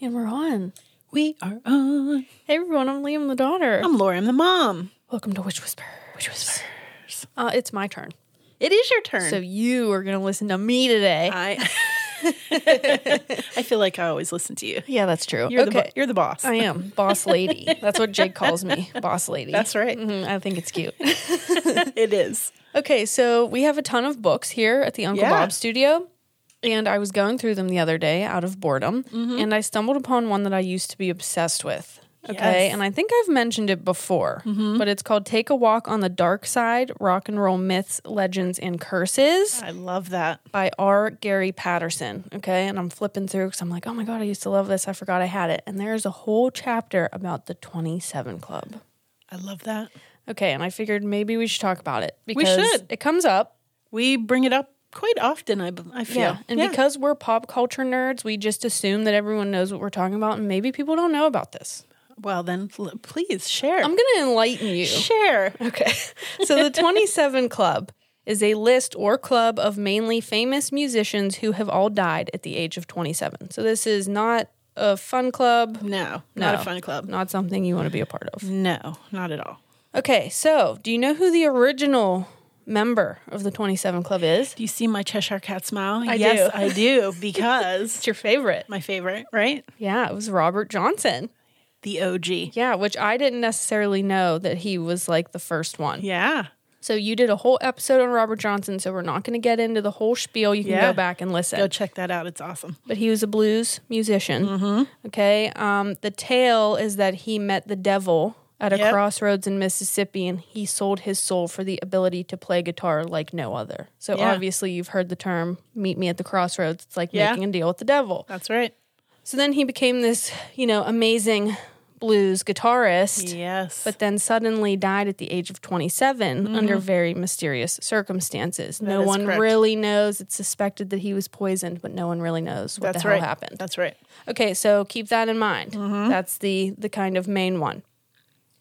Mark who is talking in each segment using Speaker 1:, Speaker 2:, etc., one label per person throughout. Speaker 1: And we're on.
Speaker 2: We are on.
Speaker 1: Hey everyone, I'm Liam the daughter.
Speaker 2: I'm Laura. I'm the mom.
Speaker 1: Welcome to Witch Whisper. Witch Whisper. Uh, it's my turn.
Speaker 2: It is your turn.
Speaker 1: So you are going to listen to me today.
Speaker 2: I. I feel like I always listen to you.
Speaker 1: yeah, that's true.
Speaker 2: You're the
Speaker 1: okay.
Speaker 2: bo- you're the boss.
Speaker 1: I am boss lady. That's what Jake calls me, boss lady.
Speaker 2: That's right.
Speaker 1: Mhm, I think it's cute.
Speaker 2: it is.
Speaker 1: Okay, so we have a ton of books here at the Uncle
Speaker 2: Yeah.
Speaker 1: Bob studio. And I was going through them the other day out of boredom,
Speaker 2: Mm-hmm.
Speaker 1: and I stumbled upon one that I used to be obsessed with. Okay,
Speaker 2: Yes. Mm-hmm.
Speaker 1: and I think I've mentioned it before, but it's called Take a Walk on the Dark Side Rock and Roll Myths, Legends, and Curses
Speaker 2: I love that.
Speaker 1: by R. Gary Patterson. Okay, and I'm flipping through because I'm like, oh my God, I used to love this. I forgot I had it. And there's a whole chapter about the 27 Club.
Speaker 2: I love that.
Speaker 1: Okay, and I figured maybe we should talk about it
Speaker 2: We
Speaker 1: because
Speaker 2: should.
Speaker 1: it comes up
Speaker 2: We bring it up quite often. I, b- I feel.
Speaker 1: Yeah. And because we're pop culture nerds, we just assume that everyone knows what we're talking about and maybe people don't know about this.
Speaker 2: well, then l- please share.
Speaker 1: I'm going to enlighten you.
Speaker 2: Um, share.
Speaker 1: Okay. So the 27 Club is a list or club of mainly famous musicians who have all died at the age of 27. So this is not a fun club,
Speaker 2: No,
Speaker 1: No.
Speaker 2: not a fun club.
Speaker 1: not something you want to be a part of.
Speaker 2: No, not at all.
Speaker 1: Okay. So, do you know who the original member of the 27 Club is?
Speaker 2: Do you see my Cheshire Cat smile?
Speaker 1: I
Speaker 2: yes,
Speaker 1: do.
Speaker 2: I do. Because
Speaker 1: It's your favorite.
Speaker 2: my favorite, right?
Speaker 1: Yeah, it was Robert Johnson.
Speaker 2: The OG.
Speaker 1: Yeah, which I didn't necessarily know that he was like the first one.
Speaker 2: Yeah.
Speaker 1: So you did a whole episode on Robert Johnson, so we're not going to get into the whole spiel. You can
Speaker 2: Yeah.
Speaker 1: go back and listen.
Speaker 2: Go check that out. It's awesome.
Speaker 1: But he was a blues musician.
Speaker 2: Mm-hmm.
Speaker 1: Okay. Um, the tale is that he met the devil at a
Speaker 2: Yep.
Speaker 1: crossroads in Mississippi, and he sold his soul for the ability to play guitar like no other. So
Speaker 2: Yeah.
Speaker 1: obviously, you've heard the term "meet me at the crossroads." It's like
Speaker 2: Yeah.
Speaker 1: making a deal with the devil.
Speaker 2: That's right.
Speaker 1: So then he became this, you know, amazing blues guitarist
Speaker 2: Yes.
Speaker 1: but then suddenly died at the age of 27 under very mysterious circumstances. no
Speaker 2: Mm-hmm. is
Speaker 1: one
Speaker 2: correct.
Speaker 1: really knows. It's suspected that he was poisoned, but no one really knows what the
Speaker 2: That's
Speaker 1: hell
Speaker 2: right. Mm-hmm.
Speaker 1: happened.
Speaker 2: That's right.
Speaker 1: Okay, so keep that in mind. That's the the kind of main one.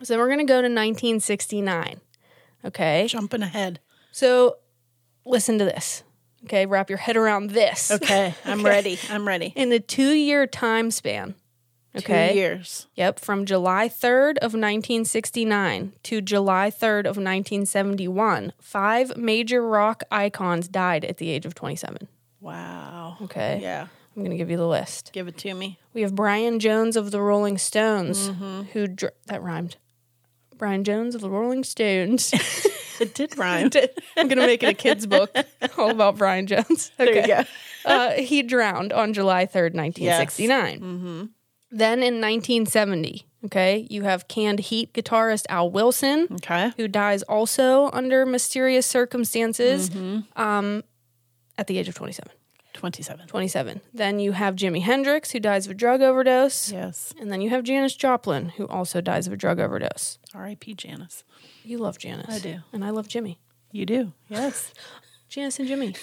Speaker 1: So we're going to go to 1969. Okay?
Speaker 2: Jumping ahead.
Speaker 1: So listen to this. Okay, wrap your head around this.
Speaker 2: Okay, I'm ready. I'm ready.
Speaker 1: In the 2-year time span. Okay.
Speaker 2: Two years.
Speaker 1: Yep, from July 3rd of 1969 to July 3rd of 1971, five major rock icons died at the age of 27.
Speaker 2: Wow.
Speaker 1: Okay.
Speaker 2: Yeah.
Speaker 1: I'm going to give you the list.
Speaker 2: Give it to me.
Speaker 1: We have Brian Jones of the Rolling Stones,
Speaker 2: Mm-hmm.
Speaker 1: who dr- that rhymed. Brian Jones of the Rolling Stones.
Speaker 2: It did rhyme.
Speaker 1: I'm going to make it a kid's book all about Brian Jones. Okay.
Speaker 2: There you go.
Speaker 1: uh, he drowned on July 3rd, 1969.
Speaker 2: Mm-hmm.
Speaker 1: Then in 1970, okay, you have canned heat guitarist Al Wilson,
Speaker 2: Okay.
Speaker 1: who dies also under mysterious circumstances
Speaker 2: Mm-hmm.
Speaker 1: um, at the age of 27.
Speaker 2: 27.
Speaker 1: 27. Then you have Jimi Hendrix, who dies of a drug overdose.
Speaker 2: Yes.
Speaker 1: And then you have Janis Joplin, who also dies of a drug overdose.
Speaker 2: R.I.P. Janice.
Speaker 1: You love Janis.
Speaker 2: I do.
Speaker 1: And I love Jimmy.
Speaker 2: You do. Yes.
Speaker 1: Janis and Jimmy.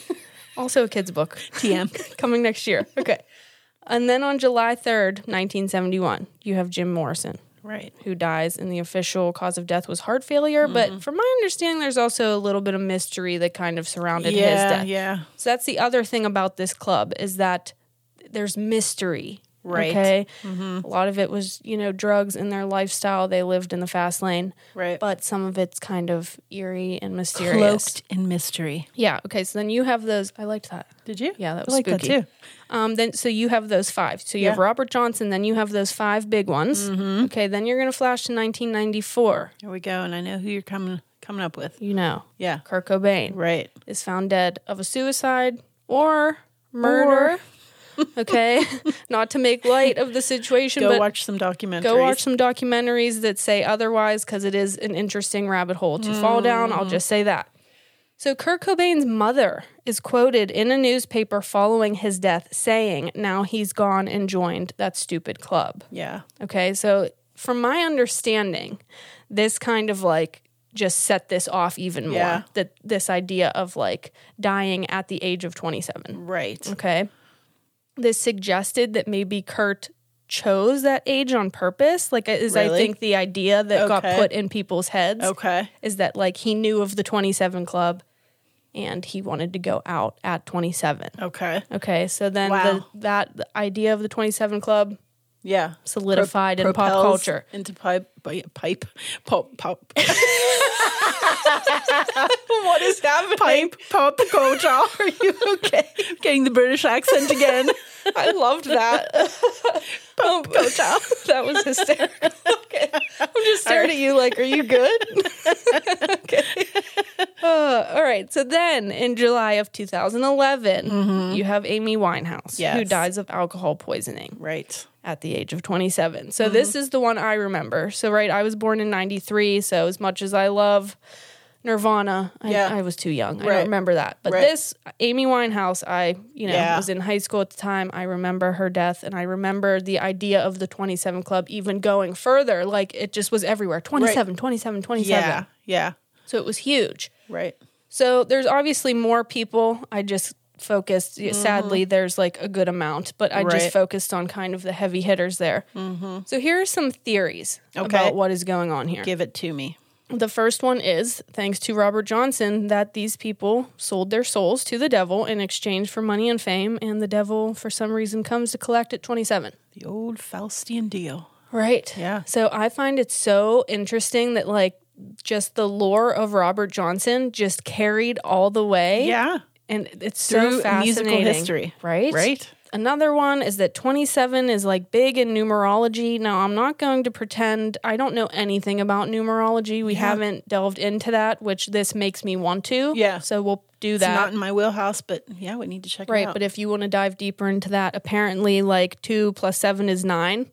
Speaker 1: also a kid's book.
Speaker 2: TM.
Speaker 1: coming next year. Okay. and then on July 3rd, 1971, you have Jim Morrison,
Speaker 2: right.
Speaker 1: who dies, and the official cause of death was heart failure.
Speaker 2: Mm-hmm.
Speaker 1: But from my understanding, there's also a little bit of mystery that kind of surrounded his
Speaker 2: yeah.
Speaker 1: death.
Speaker 2: Yeah.
Speaker 1: So that's the other thing about this club is that there's mystery.
Speaker 2: Right. Mm-hmm.
Speaker 1: Okay. A lot of it was, you know, drugs and their lifestyle. They lived in the fast lane.
Speaker 2: Right.
Speaker 1: But some of it's kind of eerie and mysterious.
Speaker 2: Cloaked in mystery.
Speaker 1: Yeah. Okay. So then you have those. I liked that.
Speaker 2: Did you?
Speaker 1: Yeah, that
Speaker 2: I
Speaker 1: was
Speaker 2: like
Speaker 1: spooky.
Speaker 2: that too.
Speaker 1: Um, then so you have those five. So you have
Speaker 2: Yeah. Mm-hmm.
Speaker 1: Robert Johnson. Then you have those five big ones. Okay, then you're gonna flash to 1994.
Speaker 2: Here we go. And I know who you're coming coming up with.
Speaker 1: You know,
Speaker 2: Yeah.
Speaker 1: Kurt Cobain
Speaker 2: Right.
Speaker 1: is found dead of a suicide or murder. okay, not to make light of the situation,
Speaker 2: Go
Speaker 1: but
Speaker 2: watch some documentaries.
Speaker 1: go watch some
Speaker 2: Mm.
Speaker 1: documentaries that say otherwise because it is an interesting rabbit hole to fall down. I'll just say that. So Kurt Cobain's mother is quoted in a newspaper following his death saying, Now he's gone and joined that stupid club.
Speaker 2: Yeah.
Speaker 1: Okay, so from my understanding, this kind of like just set this off even more.
Speaker 2: Yeah.
Speaker 1: That this idea of like dying at the age of 27.
Speaker 2: Right.
Speaker 1: Okay. This suggested that maybe Kurt chose that age on purpose. Like, uh, is I
Speaker 2: Really?
Speaker 1: think the idea that got
Speaker 2: Okay.
Speaker 1: put in people's heads
Speaker 2: Okay.
Speaker 1: is that like he knew of the 27 club and he wanted to go out at 27.
Speaker 2: Okay.
Speaker 1: Okay. So then the,
Speaker 2: Wow.
Speaker 1: that the idea of the 27 club
Speaker 2: Yeah.
Speaker 1: solidified in pop
Speaker 2: Propels
Speaker 1: culture.
Speaker 2: Into pipe. Pipe. pipe pop. Pop.
Speaker 1: What is happening?
Speaker 2: pipe. Pop culture. Are you okay? Getting the British accent again.
Speaker 1: I loved that.
Speaker 2: Oh.
Speaker 1: Pop culture. That was hysterical. Okay. I'm just staring at you like, are you good? okay. Uh, all right. So then in July of 2011, you have Amy Winehouse, who
Speaker 2: Yes.
Speaker 1: dies of alcohol poisoning
Speaker 2: right.
Speaker 1: at the age of 27.
Speaker 2: Mm-hmm.
Speaker 1: So this is the one I remember. So, right, I was born in 93. So, as much as I love Nirvana, I,
Speaker 2: Yeah.
Speaker 1: I was too young. I
Speaker 2: Right.
Speaker 1: don't remember that. But
Speaker 2: Right.
Speaker 1: this, Amy Winehouse, I, you know,
Speaker 2: Yeah.
Speaker 1: was in high school at the time. I remember her death and I remember the idea of the 27 Club even going further. Like, it just was everywhere 27, 27, 27.
Speaker 2: Yeah. Yeah.
Speaker 1: So, it was huge.
Speaker 2: Right.
Speaker 1: So there's obviously more people. I just focused. Sadly, there's like a good amount, but I just
Speaker 2: Mm-hmm. Right. Mm-hmm.
Speaker 1: focused on kind of the heavy hitters there. So here are some theories about what is going on here.
Speaker 2: Give it to me.
Speaker 1: The first one is thanks to Robert Johnson that these people sold their souls to the devil in exchange for money and fame, and the devil for some reason comes to collect at 27.
Speaker 2: The old Faustian deal.
Speaker 1: Right.
Speaker 2: Yeah.
Speaker 1: So I find it so interesting that like just the lore of Robert Johnson just carried all the way
Speaker 2: Yeah.
Speaker 1: and it's so
Speaker 2: Through
Speaker 1: fascinating.
Speaker 2: musical history.
Speaker 1: right?
Speaker 2: Right.
Speaker 1: Another one is that 27 is like big in numerology. Now, I'm not going to pretend I don't know anything about numerology. We haven't delved into that, which this makes me want to.
Speaker 2: Yeah.
Speaker 1: So we'll do
Speaker 2: It's
Speaker 1: that.
Speaker 2: not in my wheelhouse, but yeah, we need to check it
Speaker 1: right.
Speaker 2: out.
Speaker 1: But if you want to dive deeper into that, apparently like 2 plus 7 is 9.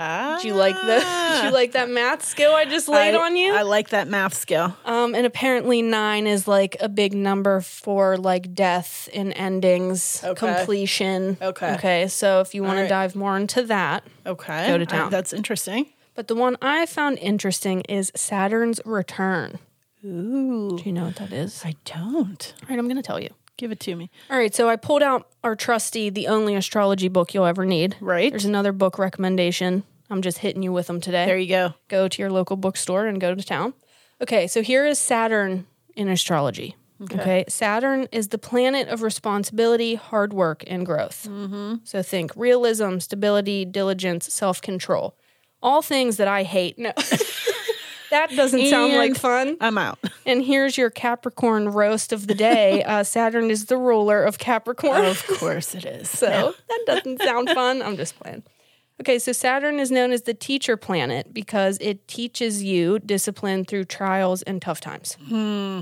Speaker 2: ah,
Speaker 1: Do you like the do you like that math skill I just laid
Speaker 2: I-
Speaker 1: on you?
Speaker 2: I like that math skill.
Speaker 1: Um, and apparently nine is like a big number for like death and endings,
Speaker 2: Okay.
Speaker 1: completion.
Speaker 2: Okay.
Speaker 1: Okay. So if you want to
Speaker 2: right.
Speaker 1: dive more into that.
Speaker 2: Okay.
Speaker 1: Go to
Speaker 2: I-
Speaker 1: town.
Speaker 2: that's interesting.
Speaker 1: But the one I found interesting is Saturn's return.
Speaker 2: Ooh.
Speaker 1: Do you know what that is?
Speaker 2: I don't.
Speaker 1: All right, I'm going to tell you.
Speaker 2: Give it to me.
Speaker 1: All right, so I pulled out our trusty, the only astrology book you'll ever need.
Speaker 2: Right.
Speaker 1: There's another book recommendation. I'm just hitting you with them today.
Speaker 2: There you go.
Speaker 1: go to your local bookstore and go to town. Okay, so here is Saturn in astrology. Okay. Saturn is the planet of responsibility, hard work, and growth.
Speaker 2: Mm-hmm.
Speaker 1: So think realism, stability, diligence, self control. All things that I hate. No. that doesn't sound like
Speaker 2: And-
Speaker 1: fun.
Speaker 2: I'm out.
Speaker 1: And here's your Capricorn roast of the day. Uh, Saturn is the ruler of Capricorn.
Speaker 2: of course it is.
Speaker 1: So that doesn't sound fun. I'm just playing. Okay, so Saturn is known as the teacher planet because it teaches you discipline through trials and tough times.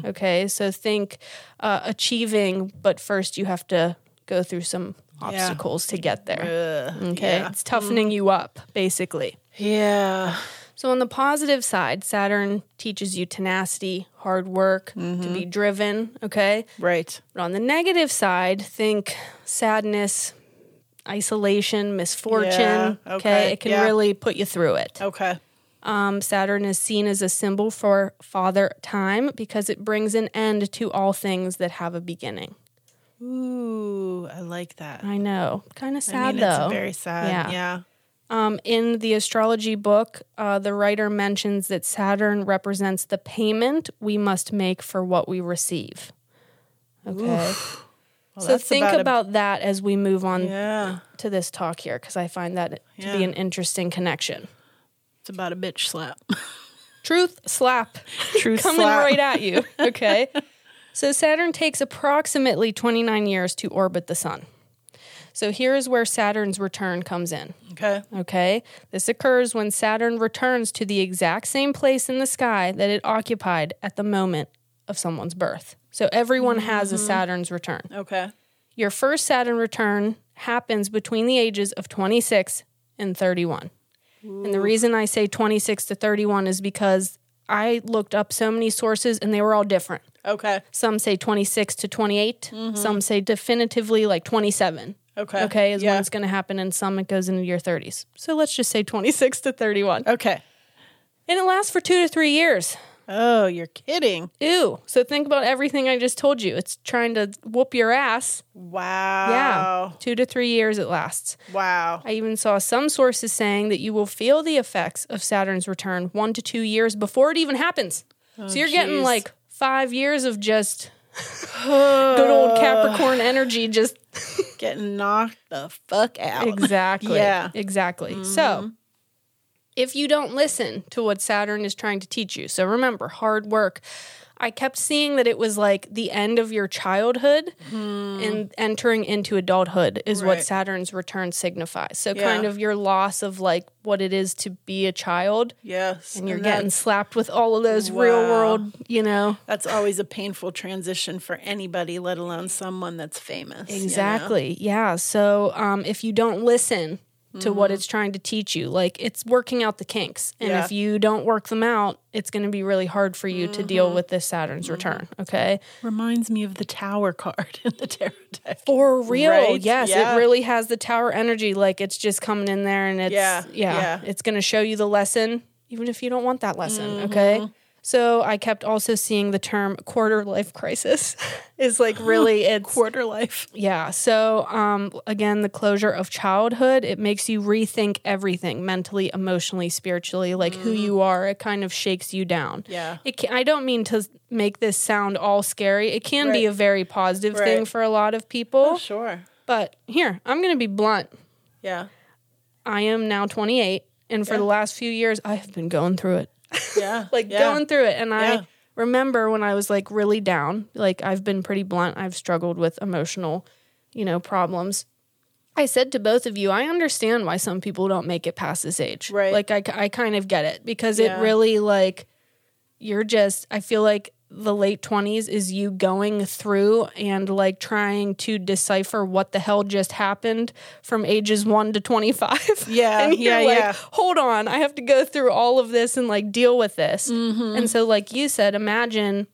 Speaker 1: Okay, so think uh, achieving, but first you have to go through some obstacles to get there.
Speaker 2: Ugh.
Speaker 1: Okay, it's toughening you up, basically.
Speaker 2: Yeah.
Speaker 1: So, on the positive side, Saturn teaches you tenacity, hard work, to be driven. Okay,
Speaker 2: Right.
Speaker 1: but on the negative side, think sadness, isolation, misfortune.
Speaker 2: Yeah,
Speaker 1: okay.
Speaker 2: okay,
Speaker 1: It can
Speaker 2: yeah.
Speaker 1: really put you through it.
Speaker 2: Okay.
Speaker 1: Um, Saturn is seen as a symbol for father time because it brings an end to all things that have a beginning.
Speaker 2: Ooh, I like that.
Speaker 1: I know. Kind of sad
Speaker 2: I mean,
Speaker 1: though.
Speaker 2: it's very sad.
Speaker 1: Yeah.
Speaker 2: Yeah.
Speaker 1: Um, in the astrology book, uh, the writer mentions that Saturn represents the payment we must make for what we receive. Okay.
Speaker 2: Well,
Speaker 1: so
Speaker 2: that's
Speaker 1: think
Speaker 2: about
Speaker 1: about,
Speaker 2: a-
Speaker 1: that as we move on
Speaker 2: Yeah.
Speaker 1: to this talk here because I find that to be
Speaker 2: Yeah.
Speaker 1: an interesting connection.
Speaker 2: It's about a bitch slap.
Speaker 1: Truth slap
Speaker 2: Truth
Speaker 1: coming right at you. Okay. so Saturn takes approximately 29 years to orbit the sun. So here is where Saturn's return comes in.
Speaker 2: Okay.
Speaker 1: Okay. This occurs when Saturn returns to the exact same place in the sky that it occupied at the moment of someone's birth. So everyone has
Speaker 2: Mm-hmm.
Speaker 1: a Saturn's return.
Speaker 2: Okay.
Speaker 1: Your first Saturn return happens between the ages of 26 and 31. And the reason I say 26 to 31 is because I looked up so many sources and they were all different.
Speaker 2: Okay.
Speaker 1: Some say 26 to 28, some say definitively like 27.
Speaker 2: Okay.
Speaker 1: Okay, is when
Speaker 2: Mm-hmm. Yeah.
Speaker 1: it's going to happen, and some it goes into your 30s. So let's just say 26 to 31.
Speaker 2: Okay.
Speaker 1: And it lasts for two to three years.
Speaker 2: Oh, you're kidding.
Speaker 1: Ew. So think about everything I just told you. It's trying to whoop your ass. Yeah.
Speaker 2: Wow.
Speaker 1: Two to three years it lasts.
Speaker 2: Wow.
Speaker 1: I even saw some sources saying that you will feel the effects of Saturn's return one to two years before it even happens. so you're getting
Speaker 2: geez.
Speaker 1: like five years of just good old Capricorn energy, just
Speaker 2: Getting knocked the fuck out.
Speaker 1: Exactly.
Speaker 2: Yeah. Mm-hmm.
Speaker 1: Exactly. So, if you don't listen to what Saturn is trying to teach you, so remember hard work. I kept seeing that it was like the end of your childhood and entering into adulthood is what
Speaker 2: Hmm. Right.
Speaker 1: Saturn's return signifies. So,
Speaker 2: Yeah.
Speaker 1: kind of your loss of like what it is to be a child.
Speaker 2: Yes.
Speaker 1: And you're
Speaker 2: that-
Speaker 1: getting slapped with all of those real
Speaker 2: Wow.
Speaker 1: world, you know.
Speaker 2: That's always a painful transition for anybody, let alone someone that's famous. you know?
Speaker 1: Exactly. Yeah. So um, if you don't listen to
Speaker 2: Mm-hmm.
Speaker 1: what it's trying to teach you, like it's working out the kinks. And
Speaker 2: Yeah.
Speaker 1: if you don't work them out, it's going to be really hard for you to deal
Speaker 2: Mm-hmm.
Speaker 1: with this Saturn's return. Okay.
Speaker 2: Reminds me of the tower card in the tarot deck.
Speaker 1: For real.
Speaker 2: Right?
Speaker 1: Yes.
Speaker 2: Yeah.
Speaker 1: It really has the tower energy. Like it's just coming in there and it's, yeah.
Speaker 2: Yeah, yeah.
Speaker 1: It's going to show you the lesson, even if you don't want that lesson.
Speaker 2: Mm-hmm.
Speaker 1: Okay. So I kept also seeing the term quarter life crisis is like really, it's
Speaker 2: Quarter life.
Speaker 1: Yeah. So, um, again, the closure of childhood, it makes you rethink everything mentally, emotionally, spiritually, like who
Speaker 2: Mm.
Speaker 1: you are. It kind of shakes you down.
Speaker 2: Yeah.
Speaker 1: It can, I don't mean to s- make this sound all scary. It can be
Speaker 2: Right.
Speaker 1: a very positive thing
Speaker 2: Right.
Speaker 1: for a lot of people.
Speaker 2: Sure.
Speaker 1: But here, I'm going to be blunt.
Speaker 2: Yeah.
Speaker 1: I am now 28. And for the last few years, I have been going through it
Speaker 2: Yeah.
Speaker 1: like
Speaker 2: yeah.
Speaker 1: going through it. And
Speaker 2: Yeah.
Speaker 1: I remember when I was like really down, like I've been pretty blunt, I've struggled with emotional, you know, problems. I said to both of you, I understand why some people don't make it past this age.
Speaker 2: Right.
Speaker 1: Like I, I kind of get it because
Speaker 2: Yeah.
Speaker 1: it really like you're just, I feel like the late 20s is you going through and like trying to decipher what the hell just happened from ages 1 to 25
Speaker 2: Yeah,
Speaker 1: and you're
Speaker 2: yeah,
Speaker 1: like,
Speaker 2: yeah.
Speaker 1: hold on, I have to go through all of this and like deal with this.
Speaker 2: Mm-hmm.
Speaker 1: And so, like you said, imagine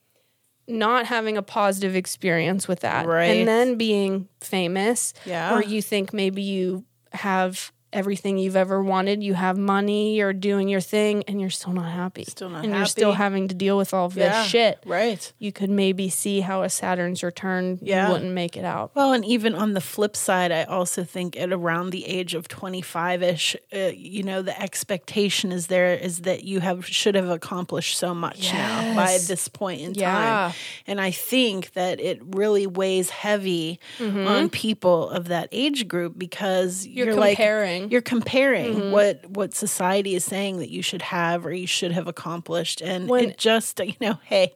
Speaker 1: not having a positive experience with that,
Speaker 2: Right.
Speaker 1: and then being famous,
Speaker 2: Yeah.
Speaker 1: or you think maybe you have everything you've ever wanted, you have money, you're doing your thing, and you're still not happy,
Speaker 2: Still not
Speaker 1: and you're still
Speaker 2: happy.
Speaker 1: having to deal with all of
Speaker 2: Yeah.
Speaker 1: this shit.
Speaker 2: Right.
Speaker 1: You could maybe see how a Saturn's return
Speaker 2: Yeah.
Speaker 1: you wouldn't make it out.
Speaker 2: Well, and even on the flip side, I also think at around the age of 25 ish, uh, you know, the expectation is there is that you have should have accomplished so much now by
Speaker 1: Yes.
Speaker 2: this point in
Speaker 1: Yeah.
Speaker 2: time. And I think that it really weighs heavy on people of that age group because
Speaker 1: Mm-hmm. You're,
Speaker 2: you're,
Speaker 1: comparing. Mm-hmm.
Speaker 2: like, you're comparing what, what society is saying that you should have or you should have accomplished. And
Speaker 1: When-
Speaker 2: it just, you know, hey,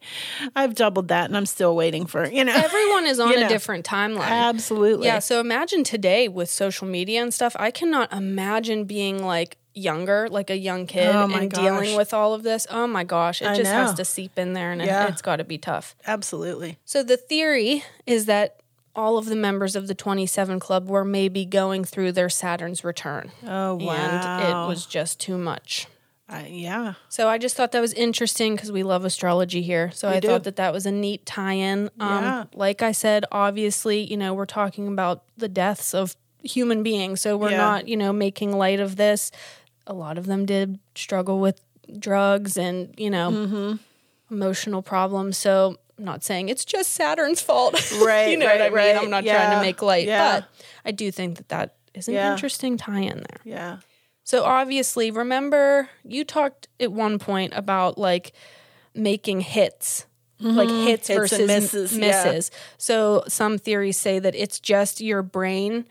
Speaker 2: I've doubled that and I'm still waiting for, it, you know,
Speaker 1: Everyone is on
Speaker 2: You
Speaker 1: a
Speaker 2: know.
Speaker 1: different timeline.
Speaker 2: absolutely.
Speaker 1: Yeah, so imagine today with social media and stuff, I cannot imagine being like younger, like a young kid
Speaker 2: Oh, my
Speaker 1: and
Speaker 2: gosh.
Speaker 1: dealing with all of this. Oh my gosh, it
Speaker 2: I
Speaker 1: just has
Speaker 2: know.
Speaker 1: to seep in there and it-
Speaker 2: Yeah.
Speaker 1: it's got to be tough.
Speaker 2: Absolutely.
Speaker 1: So the theory is that all of the members of the 27 club were maybe going through their Saturn's return
Speaker 2: Oh wow!
Speaker 1: and it was just too much.
Speaker 2: I- yeah,
Speaker 1: So I just thought that was interesting because we love astrology here. So I
Speaker 2: do.
Speaker 1: thought that that was a neat tie-in. Um,
Speaker 2: Yeah.
Speaker 1: Like I said, obviously, you know, we're talking about the deaths of human beings, so we're
Speaker 2: Yeah.
Speaker 1: not, you know, making light of this. A lot of them did struggle with drugs and you know
Speaker 2: Mm-hmm.
Speaker 1: emotional problems. So I'm not saying it's just Saturn's fault,
Speaker 2: Right,
Speaker 1: you know
Speaker 2: right,
Speaker 1: what I mean?
Speaker 2: right.
Speaker 1: I'm not trying
Speaker 2: Yeah,
Speaker 1: to make light,
Speaker 2: yeah.
Speaker 1: but I do think that that is an
Speaker 2: Yeah.
Speaker 1: interesting tie-in there.
Speaker 2: yeah,
Speaker 1: So obviously, remember you talked at one point about like making hits, like hits,
Speaker 2: Mm-hmm. Hits and
Speaker 1: versus misses.
Speaker 2: misses, yeah.
Speaker 1: So some theories say that it's just your brain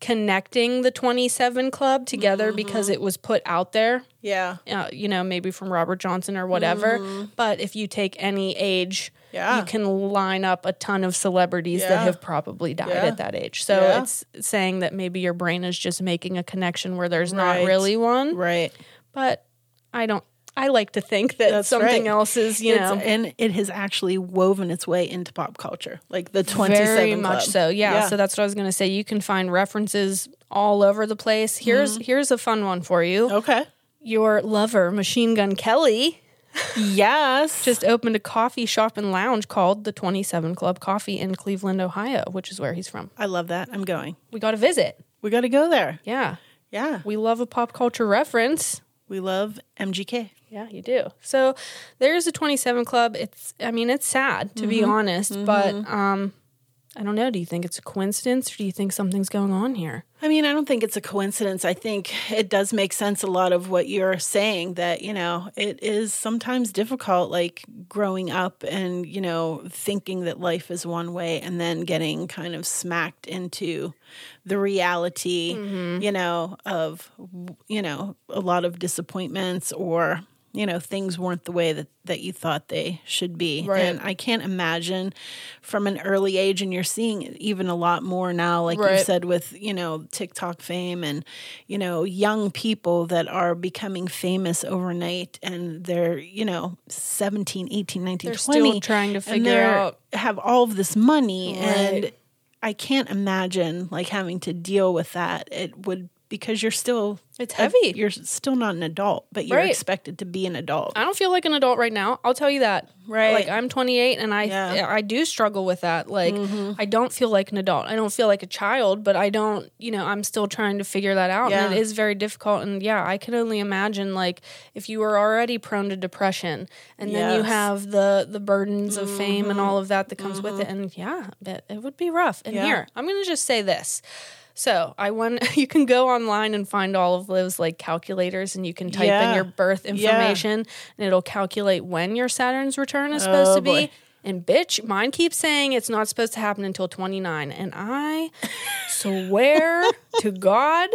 Speaker 1: connecting the 27 club together
Speaker 2: Mm-hmm.
Speaker 1: because it was put out there
Speaker 2: yeah,
Speaker 1: uh, you know, maybe from Robert Johnson or whatever. But if you take any age,
Speaker 2: Mm-hmm. Yeah.
Speaker 1: you can line up a ton of celebrities that
Speaker 2: Yeah.
Speaker 1: have probably died
Speaker 2: Yeah.
Speaker 1: at that age. So
Speaker 2: Yeah.
Speaker 1: it's saying that maybe your brain is just making a connection where there's not
Speaker 2: Right.
Speaker 1: really one.
Speaker 2: right.
Speaker 1: But I don't. I like to think that
Speaker 2: That's
Speaker 1: something
Speaker 2: right.
Speaker 1: else is, you
Speaker 2: It's-
Speaker 1: know,
Speaker 2: and it has actually woven its way into pop culture, like the twenty-seven.
Speaker 1: very
Speaker 2: Club.
Speaker 1: much so. Yeah,
Speaker 2: Yeah.
Speaker 1: So that's what I was going to say. You can find references all over the
Speaker 2: Mm-hmm. Oh.
Speaker 1: place. Here's here's a fun one for you.
Speaker 2: Okay.
Speaker 1: Your lover, Machine Gun Kelly.
Speaker 2: yes.
Speaker 1: just opened a coffee shop and lounge called the 27 Club Coffee in Cleveland, Ohio, which is where he's from.
Speaker 2: I love that. I'm going.
Speaker 1: We got a visit.
Speaker 2: We got to go there.
Speaker 1: Yeah.
Speaker 2: Yeah.
Speaker 1: We love a pop culture reference.
Speaker 2: We love MGK.
Speaker 1: Yeah, you do. So there's a 27 Club. It's, I mean, it's sad to be honest, but um, I don't know. Do you think it's a coincidence or do you think something's going on here?
Speaker 2: I mean, I don't think it's a coincidence. I think it does make sense a lot of what you're saying that, you know, it is sometimes difficult, like growing up and, you know, thinking that life is one way and then getting kind of smacked into the reality, you know, of, you know, a lot of disappointments or, you know, things weren't the way that, that you thought they should be.
Speaker 1: Right.
Speaker 2: And I can't imagine from an early age, and you're seeing it even a lot more now, like you
Speaker 1: Right.
Speaker 2: said said with you know TikTok fame and you know young people that are becoming famous overnight and they're you know 17 18 19
Speaker 1: They're
Speaker 2: 20
Speaker 1: still trying to
Speaker 2: and
Speaker 1: figure
Speaker 2: they're-
Speaker 1: out.
Speaker 2: have all of this money and
Speaker 1: Right.
Speaker 2: I can't imagine like having to deal with that it would because you're still
Speaker 1: It's
Speaker 2: a-
Speaker 1: heavy.
Speaker 2: you're still not an adult but you're
Speaker 1: Right.
Speaker 2: expected to be an adult
Speaker 1: I don't feel like an adult right now. I'll tell you that.
Speaker 2: Right.
Speaker 1: Like I'm 28 and I
Speaker 2: Yeah. Mm-hmm.
Speaker 1: I do struggle with that. Like I don't feel like an adult. I don't feel like a child, but I don't, you know, I'm still trying to figure that out and
Speaker 2: Yeah.
Speaker 1: it is very difficult and yeah, I can only imagine like if you were already prone to depression and then you
Speaker 2: Yes. Mm-hmm.
Speaker 1: have the the burdens of fame and all of that that comes with it and yeah, it, it would be rough. And
Speaker 2: Yeah.
Speaker 1: here, I'm going to just say this. So, I want you can go online and find all of those like calculators and you can type in
Speaker 2: Yeah.
Speaker 1: your birth
Speaker 2: Yeah.
Speaker 1: information and it'll calculate when your Saturn's return is supposed
Speaker 2: Oh,
Speaker 1: to be.
Speaker 2: boy.
Speaker 1: And bitch, mine keeps saying it's not supposed to happen until 29. And I swear to God,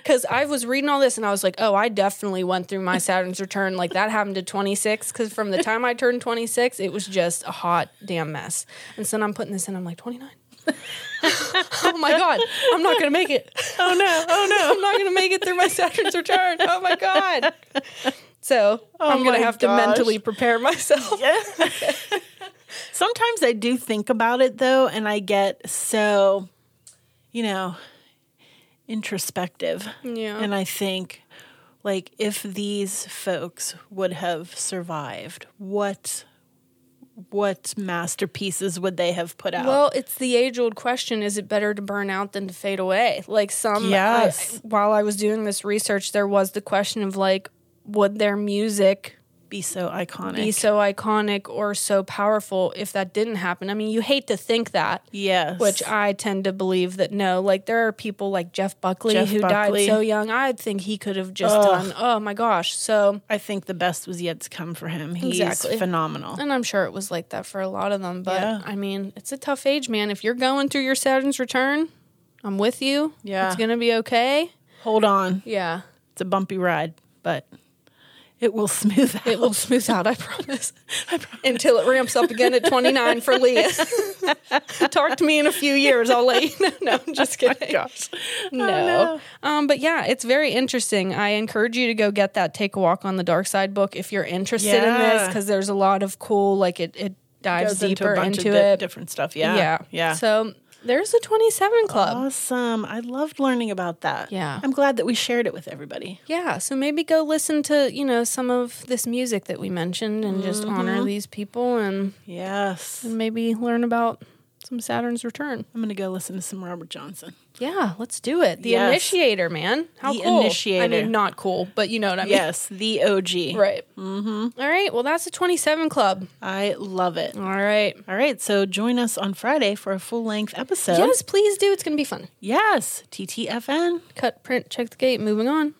Speaker 1: because I was reading all this and I was like, oh, I definitely went through my Saturn's return. Like that happened to 26. Because from the time I turned 26, it was just a hot damn mess. And so then I'm putting this in, I'm like, 29. oh my God, I'm not going to make it.
Speaker 2: oh no oh no
Speaker 1: I'm not gonna make it through my Saturn's return. Oh my god. So I'm gonna
Speaker 2: my
Speaker 1: have to
Speaker 2: gosh.
Speaker 1: mentally prepare myself.
Speaker 2: Sometimes I do think about it though, and I get so, you know, introspective.
Speaker 1: Yeah.
Speaker 2: And I think, like, if these folks would have survived, what what masterpieces would they have put out?
Speaker 1: Well, it's the age old question is it better to burn out than to fade away? Like some
Speaker 2: Yes.
Speaker 1: I- while I was doing this research there was the question of like would their music
Speaker 2: be so iconic.
Speaker 1: be so iconic or so powerful if that didn't happen? I mean, you hate to think that.
Speaker 2: yes.
Speaker 1: Which I tend to believe that no, like there are people like Jeff Buckley
Speaker 2: Jeff
Speaker 1: who
Speaker 2: Buckley.
Speaker 1: died so young. I think he could have just done, oh my gosh. So
Speaker 2: I think the best was yet to come for him. He's
Speaker 1: Exactly.
Speaker 2: phenomenal.
Speaker 1: And I'm sure it was like that for a lot of them. But
Speaker 2: Yeah.
Speaker 1: I mean, it's a tough age, man. If you're going through your Saturn's return, I'm with you.
Speaker 2: Yeah.
Speaker 1: It's going to be okay.
Speaker 2: Hold on.
Speaker 1: Yeah.
Speaker 2: It's a bumpy ride, but it will smooth out.
Speaker 1: It will smooth out, I promise. Until it ramps up again at 29 for Leah. Talk to me in a few years. I'll let you know. No, I'm just kidding.
Speaker 2: Oh Gosh. Oh,
Speaker 1: no. Um, but yeah, it's very interesting. I encourage you to go get that Take a Walk on the Dark Side book if you're interested in this
Speaker 2: Yeah.
Speaker 1: because there's a lot of cool, like it, it dives
Speaker 2: goes
Speaker 1: deeper
Speaker 2: into a bunch
Speaker 1: into,
Speaker 2: of di-
Speaker 1: it.
Speaker 2: different stuff. Yeah.
Speaker 1: Yeah.
Speaker 2: Yeah.
Speaker 1: So there's the 27 Club.
Speaker 2: awesome. I loved learning about that.
Speaker 1: Yeah.
Speaker 2: I'm glad that we shared it with everybody.
Speaker 1: Yeah. So maybe go listen to, you know, some of this music that we mentioned and just
Speaker 2: Mm-hmm.
Speaker 1: honor these people and
Speaker 2: Yes.
Speaker 1: maybe learn about some Saturn's return.
Speaker 2: I'm going to go listen to some Robert Johnson.
Speaker 1: Yeah. Let's do it. The
Speaker 2: Yes.
Speaker 1: initiator, man. How
Speaker 2: The
Speaker 1: cool. I
Speaker 2: Initiator.
Speaker 1: mean, not cool, but you know what I mean.
Speaker 2: Yes. The OG.
Speaker 1: Right. Mm-hmm. right. Well, that's the 27 Club.
Speaker 2: I love it.
Speaker 1: All right.
Speaker 2: All right. So join us on Friday for a full length episode.
Speaker 1: Yes, please do. It's going to be fun.
Speaker 2: Yes. TTFN.
Speaker 1: Cut, print, check the gate. Moving on.